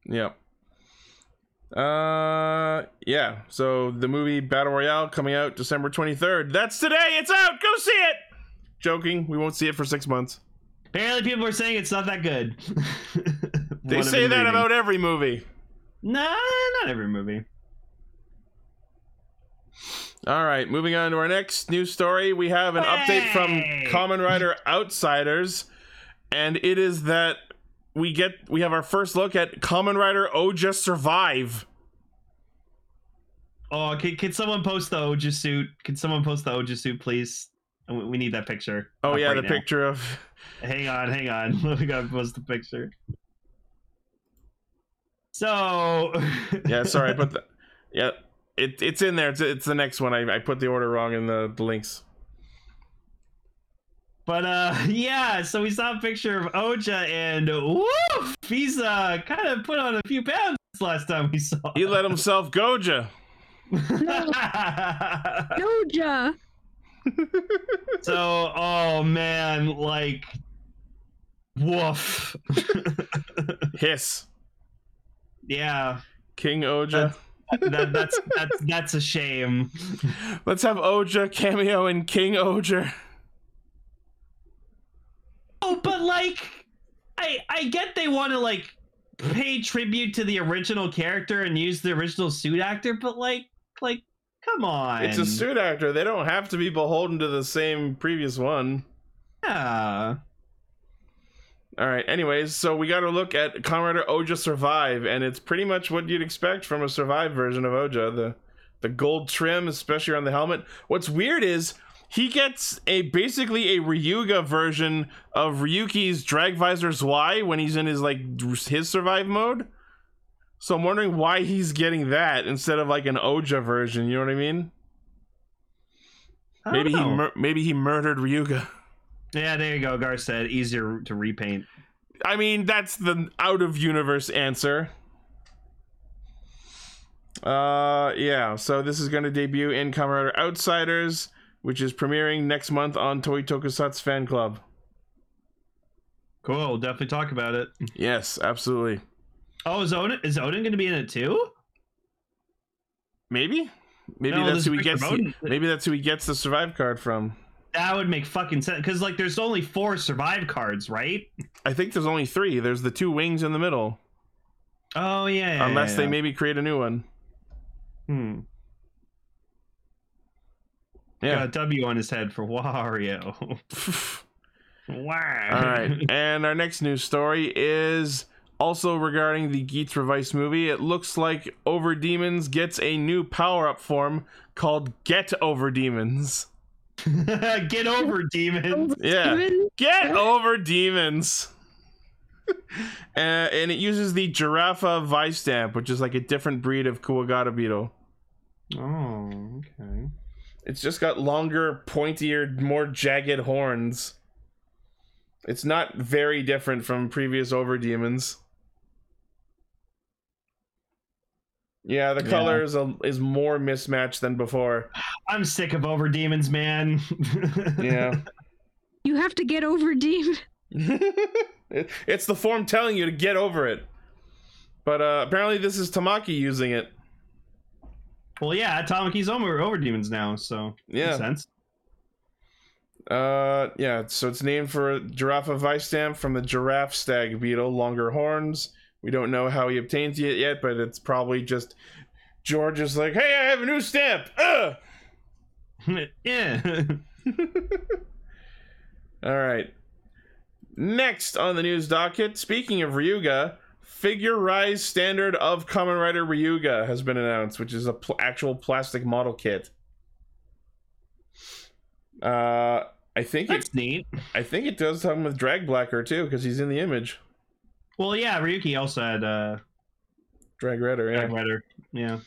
B: Yeah. Uh yeah. So the movie Battle Royale coming out December 23rd. That's today. It's out. Go see it. Joking. We won't see it for 6 months.
C: Apparently, people are saying it's not that good.
B: They
C: What I've
B: say
C: been
B: that
C: reading.
B: about every movie.
C: Nah, not every movie.
B: All right, moving on to our next news story. We have an update
C: Hey!
B: from Common Rider Outsiders, and it is that we get we have our first look at Common Rider Oja Survive.
C: Oh, can, can someone post the Oja suit? Can someone post the Oja suit, please? And We, we need that picture.
B: Oh
C: up
B: yeah,
C: right
B: the
C: now.
B: picture of
C: Hang on, hang on. we gotta post the picture. So.
B: yeah sorry i put the yeah it, it's in there it's, it's the next one I, I put the order wrong in the, the links
C: But uh yeah, so we saw a picture of Oja and woof, he's uh kind of put on a few pounds since last time we saw.
B: he let himself goja
C: him.
D: Doja.
C: so oh man, like woof.
B: hiss
C: yeah,
B: king oja
C: that, that's that's that's a shame.
B: let's have oja cameo and king oja
C: Oh, but like I I get they want to like pay tribute to the original character and use the original suit actor, but like like come on.
B: it's a suit actor they don't have to be beholden to the same previous one
C: Yeah.
B: All right. Anyways, so we got to look at Comrade Oja Survive, and it's pretty much what you'd expect from a Survive version of Oja. The the gold trim, especially on the helmet. What's weird is he gets a basically a Ryuga version of Ryuki's Drag Visor's Y when he's in his like his Survive mode. So I'm wondering why he's getting that instead of like an Oja version. You know what I mean?
C: I don't
B: Maybe he
C: know.
B: mur- maybe he murdered Ryuga.
C: yeah, there you go. Gar said easier to repaint.
B: I mean, that's the out of universe answer. Uh, yeah. So this is going to debut in Comrade Outsiders, which is premiering next month on Toy Tokusatsu Fan Club.
C: Cool. Definitely talk about it.
B: Yes, absolutely.
C: Oh, is Odin is Odin going to be in it too?
B: Maybe, maybe
C: No,
B: that's
C: there's
B: who he
C: a picture
B: gets.
C: of
B: The,
C: Odin.
B: maybe that's who he gets the survive card from.
C: That would make fucking sense because like there's only four survive cards, right?
B: I think there's only three. There's the two wings in the middle,
C: Oh yeah. yeah,
B: unless
C: yeah,
B: they
C: yeah.
B: maybe create a new one.
C: Hmm. Got
B: Yeah.
C: a W on his head for Wario. wow.
B: All right. And our next news story is also regarding the Geats Revice movie. It looks like Over Demons gets a new power up form called Get Over Demons.
C: Get over, demon.
B: Yeah. Get Over Demons! uh, and it uses the Giraffa Vice Stamp, which is like a different breed of Kuwagata beetle.
C: Oh, okay.
B: It's just got longer, pointier, more jagged horns. It's not very different from previous Over Demons. Yeah, the
C: Yeah.
B: color is, a, is more mismatched than before.
C: I'm sick of over demons, man.
B: Yeah.
D: You have to get over Dean.
B: It- it's the form telling you to get over it. But uh, apparently, this is Tamaki using it.
C: Well, yeah, Atomiki's over over demons now, so
B: Yeah.
C: makes sense.
B: Uh, yeah. So it's named for Giraffa Vice Stamp from the giraffe stag beetle, longer horns. We don't know how he obtains it yet, but it's probably just George is like, "Hey, I have a new stamp." Ugh!
C: yeah.
B: All right. Next on the news docket, speaking of Ryuga, Figure Rise Standard of Common Rider Ryuga has been announced, which is a pl- actual plastic model kit. Uh, I think it,
C: That's neat.
B: I think it does something with Drag Blacker too, because he's in the image.
C: Well, yeah, Ryuki also had uh,
B: Drag Redder,
C: Dark
B: yeah.
C: Rider. Yeah.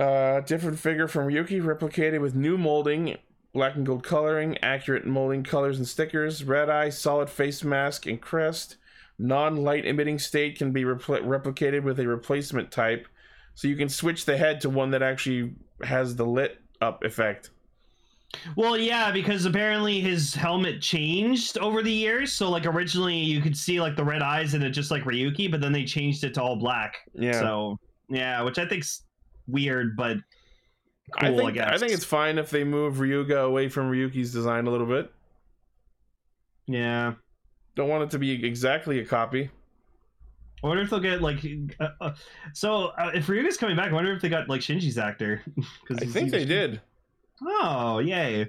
B: Uh, different figure from Ryuki, replicated with new molding, black and gold coloring, accurate molding colors and stickers, red eye, solid face mask, and crest. Non light emitting state can be repl- replicated with a replacement type, so you can switch the head to one that actually has the lit up effect.
C: Well, yeah, because apparently his helmet changed over the years. So, like, originally you could see like the red eyes and it just like Ryuki, but then they changed it to all black.
B: Yeah,
C: So, yeah, which I think's weird, but
B: I
C: cool, I
B: think I
C: guess.
B: think it's fine if they move Ryuga away from Ryuki's design a little bit.
C: yeah.
B: Don't want it to be exactly a copy.
C: I wonder if they'll get like. Uh, uh, so uh, if Ryuga's coming back, I wonder if they got like Shinji's actor. Cause
B: I
C: he's-
B: think they did.
C: Oh yay!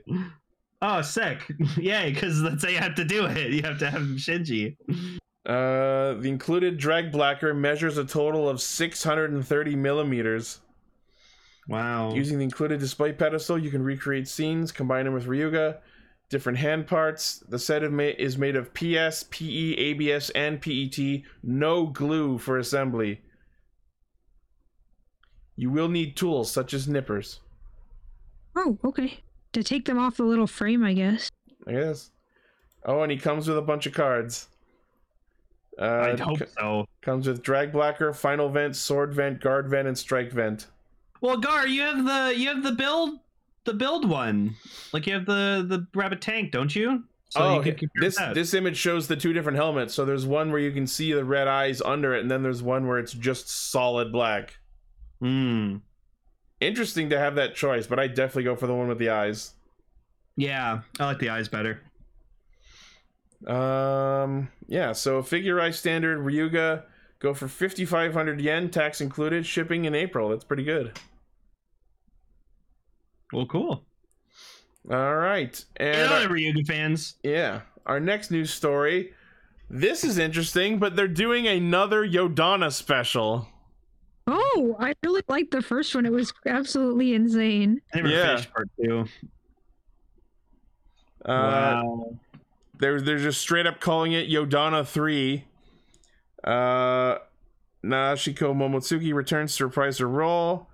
C: Oh sick! Yay! Because that's how you have to do it. You have to have Shinji.
B: Uh, the included drag blacker measures a total of 630 millimeters.
C: Wow.
B: Using the included display pedestal, you can recreate scenes, combine them with Ryuga, different hand parts. The set of ma- is made of PS, PE, ABS, and PET. No glue for assembly. You will need tools such as nippers.
D: Oh, okay. To take them off the little frame, I guess.
B: I guess. Oh, and he comes with a bunch of cards. Uh,
C: I hope
B: c-
C: so.
B: comes with drag blacker, final vent, sword vent, guard vent, and strike vent.
C: Well, Gar, you have the you have the build the build one. Like you have the the rabbit tank, don't you? So
B: oh,
C: you could compare
B: this
C: that.
B: this image shows the two different helmets. So there's one where you can see the red eyes under it, and then there's one where it's just solid black.
C: Mm.
B: Interesting to have that choice, but I definitely go for the one with the eyes.
C: Yeah, I like the eyes better.
B: Um, yeah. So figure eye standard Ryuga go for 5,500 yen, tax included, shipping in April. That's pretty good.
C: Well, cool.
B: All right,
C: Get
B: and
C: on it, Ryuga fans.
B: Yeah. Our next news story This is interesting, but they're doing another Yodana special.
D: Oh, I really liked the first one. It was absolutely insane.
C: I never
B: Yeah.
C: finished part two.
B: Uh,
C: wow.
B: They're they're just straight up calling it Yodana three. Uh, Nashiko Momotsuki returns to reprise her role.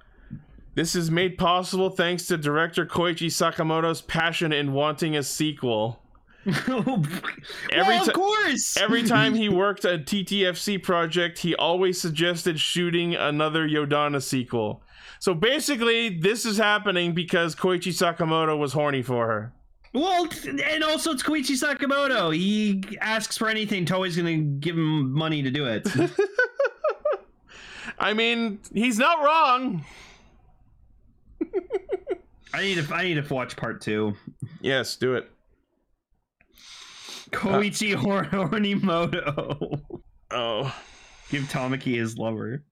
B: This is made possible thanks to director Koichi Sakamoto's passion in wanting a sequel. Every
C: well,
B: ti-
C: of course.
B: Every time he worked a TTFC project, he always suggested shooting another Yodana sequel. So basically, this is happening because Koichi Sakamoto was horny for her.
C: Well, t- and also it's Koichi Sakamoto. He asks for anything. Toei's gonna give him money to do it.
B: I mean, he's not wrong.
C: I need to. I need to watch part two.
B: Uh, Yes, do it.
C: Koichi Hor- Horimoto.
B: Oh.
C: give Tamaki his lover.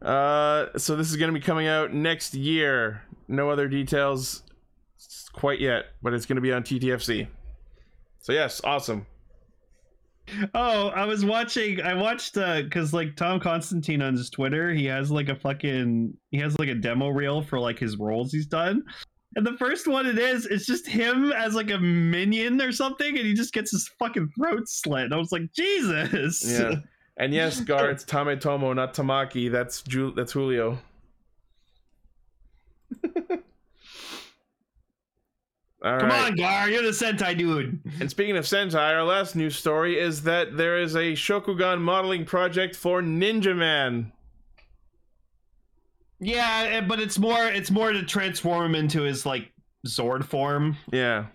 B: Uh, so this is going to be coming out next year. No other details s- quite yet, but it's going to be on TTFC. So yes, awesome.
C: Oh, I was watching. I watched uh, because like Tom Constantine on his Twitter, he has like a fucking he has like a demo reel for like his roles he's done. And the first one it is, it's just him as like a minion or something, and he just gets his fucking throat slit. And I was like, Jesus.
B: Yeah. And yes, Gar, it's Tame Tomo, not Tamaki. That's Ju- that's Julio. All
C: Come
B: right.
C: on, Gar, you're the Sentai dude.
B: And speaking of Sentai, our last news story is that there is a Shokugan modeling project for Ninja Man.
C: Yeah, eh, but it's more it's more to transform him into his like Zord form.
B: Yeah.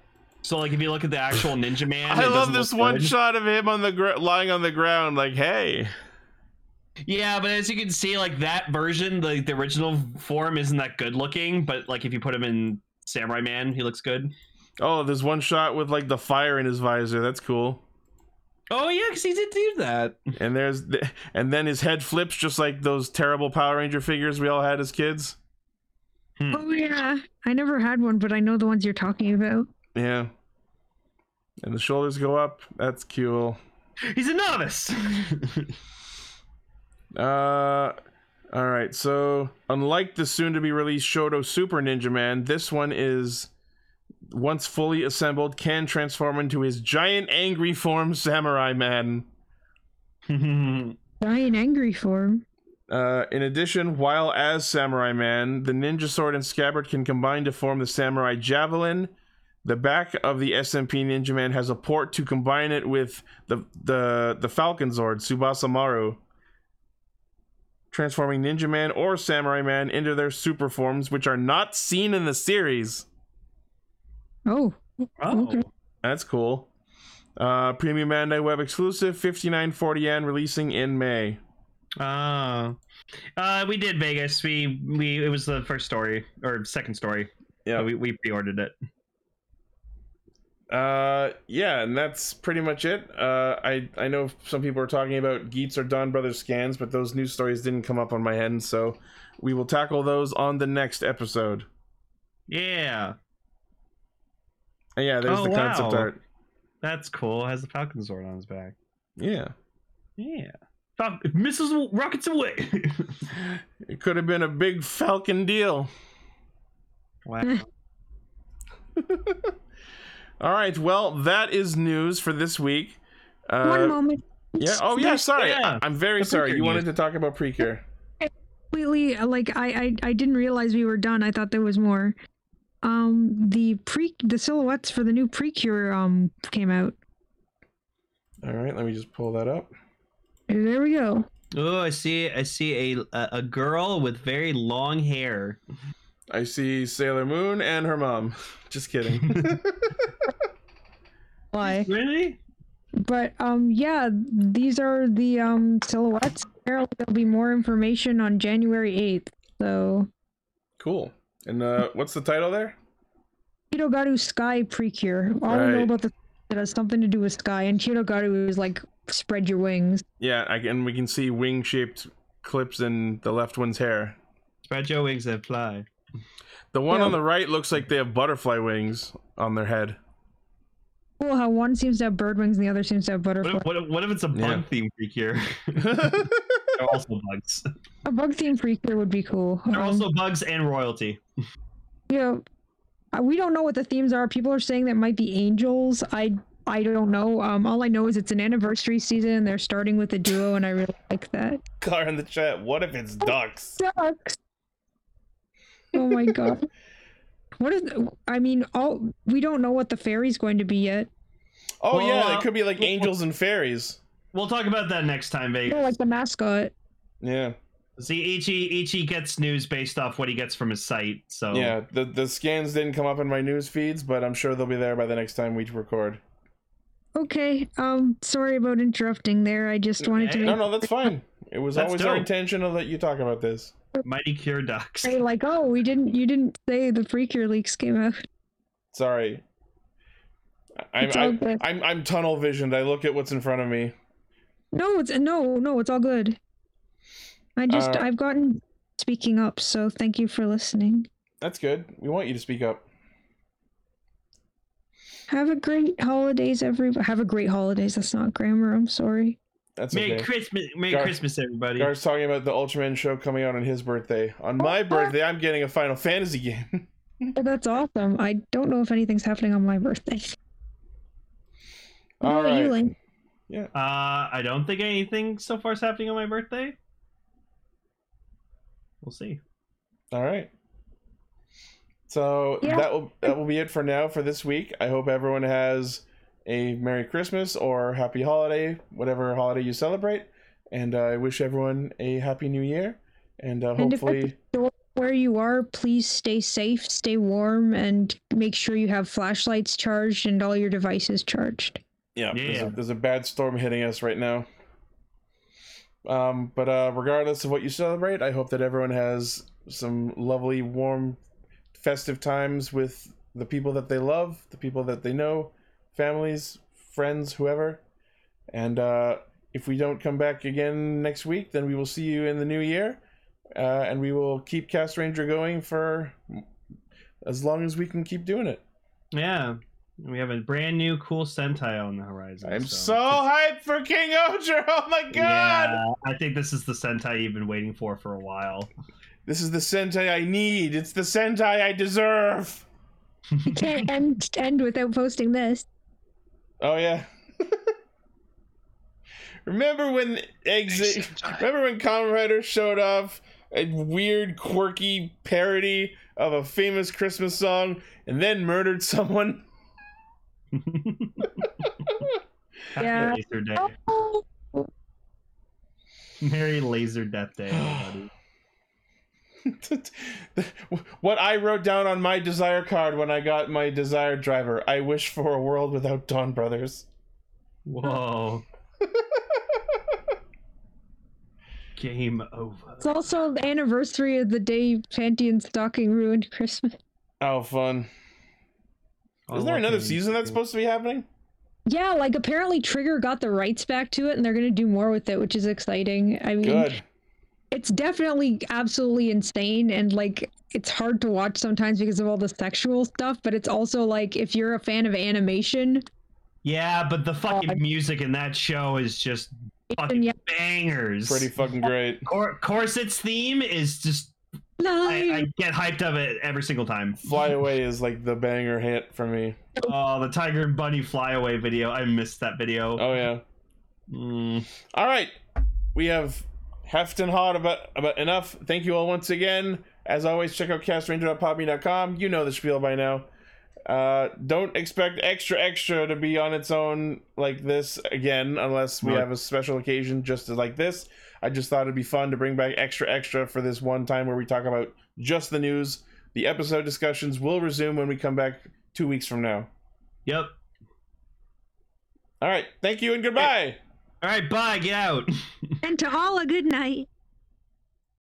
C: So like if you look at the actual Ninja Man,
B: I
C: it
B: love
C: doesn't
B: this
C: look
B: one
C: good.
B: shot of him on the gr- lying on the ground, like, hey.
C: Yeah, but as you can see, like that version, the the original form isn't that good looking. But like if you put him in Samurai Man, he looks good.
B: Oh, there's one shot with like the fire in his visor. That's cool.
C: Oh yeah, because he did do that.
B: And there's th- and then his head flips just like those terrible Power Ranger figures we all had as kids.
D: Oh yeah, I never had one, but I know the ones you're talking about.
B: Yeah. And the shoulders go up. That's cool.
C: He's a novice.
B: Uh all right. So, unlike the soon to be released Shoto Super Ninja Man, this one is once fully assembled can transform into his giant angry form samurai man.
C: Oh.
D: Giant angry form.
B: Uh, in addition, while as Samurai Man, the ninja sword and scabbard can combine to form the Samurai Javelin. The back of the SMP Ninja Man has a port to combine it with the the, the Falcon Zord, Tsubasa Maru, transforming Ninja Man or Samurai Man into their super forms, which are not seen in the series.
D: Oh,
C: oh,
B: That's cool. Uh, Premium Bandai Web exclusive, 5940 yen, releasing in May.
C: oh. Uh, we did Vegas. We we it was the first story or second story.
B: Yeah.
C: we we pre-ordered it.
B: Uh, yeah, and that's pretty much it. Uh, I I know some people are talking about Geets or Don Brothers scans, but those news stories didn't come up on my end, so we will tackle those on the next episode.
C: Yeah,
B: And yeah, there's
C: Oh,
B: the concept
C: wow.
B: art.
C: that's cool. Has the Falcon Zord on his back.
B: Yeah,
C: Yeah, Fal- Mrs. Rockets away.
B: it could have been a big Falcon deal.
C: wow.
B: All right, well that is news for this week. Uh,
D: one moment.
B: Yeah. Oh yeah. Sorry,
C: Yeah.
B: I, am very
C: The
B: sorry.
C: Precure
B: You wanted
C: news.
B: to talk about Precure.
D: completely uh, like I, I I didn't realize we were done. I thought there was more. Um, the pre the silhouettes for the new Precure um came out.
B: All right, let me just pull that up.
D: There we go.
C: Oh, I see. I see a a a girl with very long hair.
B: I see Sailor Moon and her mom. Just kidding.
D: Why?
C: Really?
D: But um, yeah, these are the um silhouettes. Apparently, there'll be more information on January eighth. So,
B: cool. And uh, what's the title there?
D: Hirogaru Sky Precure. All we
B: Right.
D: know about the that has something to do with sky, and Hirogaru is like spread your wings.
B: Yeah, I can, we can see wing shaped clips in the left one's hair.
C: Spread your wings and fly.
B: The one
D: Yeah.
B: on the right looks like they have butterfly wings on their head.
D: cool how one seems to have bird wings and the other seems to have
C: What
D: butterfly.
C: if, what if, what if it's a bug
B: Yeah.
C: theme freak here? They're also bugs.
D: A bug theme freak here would be cool.
C: They're
D: Um,
C: also bugs and royalty.
D: you know, uh, we don't know what the themes are. People are saying that might be angels. I I don't know. Um, all I know is it's an anniversary season. and They're starting with a duo, and I really like that.
B: Car in the chat. What if it's ducks?
D: Sucks. Oh my god. What is? I mean, all we don't know what the fairy's going to be yet.
B: Oh
C: Well,
B: yeah,
C: uh,
B: it could be like angels and fairies.
C: We'll talk about that next time, Vegas.
D: Oh, like the mascot.
B: Yeah,
C: See, Ichi Ichi gets news based off what he gets from his site. So
B: yeah. The the scans didn't come up in my news feeds, but I'm sure they'll be there by the next time we record.
D: Okay. Um, sorry about interrupting there. I just wanted to
C: Okay.
D: make
B: No, no, that's fine. It was
C: That's
B: always our
C: dope.
B: intention to let you talk about this.
C: mighty cure ducks.
D: say like, oh, we didn't. You didn't say the Freakier leaks came out.
B: Sorry. I- I'm
D: It's all
B: I'm,
D: good.
B: I'm I'm tunnel visioned. I look at what's in front of me.
D: No, it's no, no. It's all good. I just
B: Uh,
D: I've gotten speaking up, so thank you for listening.
B: That's good. We want you to speak up.
D: Have a great holidays, everybody. Have a great holidays. That's not grammar. I'm sorry.
B: That's
C: Merry
B: okay.
C: Christmas, Merry
B: Gar-
C: Christmas, everybody.
B: Gar's talking about the Ultraman show coming out on his birthday. On my birthday, I'm getting a Final Fantasy game.
D: Well, That's awesome. I don't know if anything's happening on my birthday.
B: All
D: What about you,
B: right.
D: Link?
C: Uh, I don't think anything so far is happening on my birthday. We'll see.
B: All right. So
D: Yeah.
B: that will that will be it for now for this week. I hope everyone has a Merry Christmas or Happy Holiday, whatever holiday you celebrate, and uh, I wish everyone a Happy New Year. And uh,
D: And if
B: hopefully,
D: Where you are, please stay safe, stay warm, and make sure you have flashlights charged and all your devices charged.
B: yeah, There's,
C: Yeah.
B: a, there's a bad storm hitting us right now. Um, but uh, regardless of what you celebrate, I hope that everyone has some lovely, warm, festive times with the people that they love, the people that they know, families, friends, whoever. And uh, if we don't come back again next week, then we will see you in the new year, uh, and we will keep Cast Ranger going for as long as we can keep doing it.
C: Yeah, we have a brand new cool Sentai on the horizon.
B: I'm so hyped for King Oger! Oh my god!
C: Yeah, I think this is the Sentai you've been waiting for for a while.
B: This is the Sentai I need. It's the Sentai I deserve.
D: You can't end end without posting this.
B: Oh yeah. remember when exit? Remember when Kamen Rider showed off a weird, quirky parody of a famous Christmas song and then murdered someone?
C: Happy
D: Yeah.
C: Laser Day.
D: Oh,
C: Merry Laser Death Day, everybody.
B: what I wrote down on my desire card when I got my desired driver. I wish for a world without Dawn Brothers.
C: Whoa. Game over.
D: it's also the anniversary of the day Panty and Stocking ruined Christmas.
B: Oh, fun! Isn't there another season that's supposed to be happening?
D: Yeah, like apparently Trigger got the rights back to it, and they're gonna do more with it, which is exciting. I mean,
B: Good.
D: it's definitely absolutely insane and like it's hard to watch sometimes because of all the sexual stuff but it's also like if you're a fan of animation
C: Yeah, but the fucking
D: Oh.
C: music in that show is just fucking
D: yeah.
C: bangers.
B: Pretty fucking great.
C: Cor- Corset's theme is just I, I get hyped of it every single time.
B: Fly Away is like the banger hit for me.
C: Oh, the Tiger and Bunny flyaway video. I missed that video.
B: Oh yeah.
C: Mm.
B: All right. We have heft and hot about about enough. Thank you all once again. As always, check out castranger.podme.com. You know the spiel by now. Uh, don't expect extra extra to be on its own like this again, unless we
C: Right.
B: have a special occasion just like this. I just thought it'd be fun to bring back extra extra for this one time where we talk about just the news. The episode discussions will resume when we come back two weeks from now.
C: Yep.
B: All right. Thank you and goodbye.
C: All right, bye. Get out.
D: and to all a good night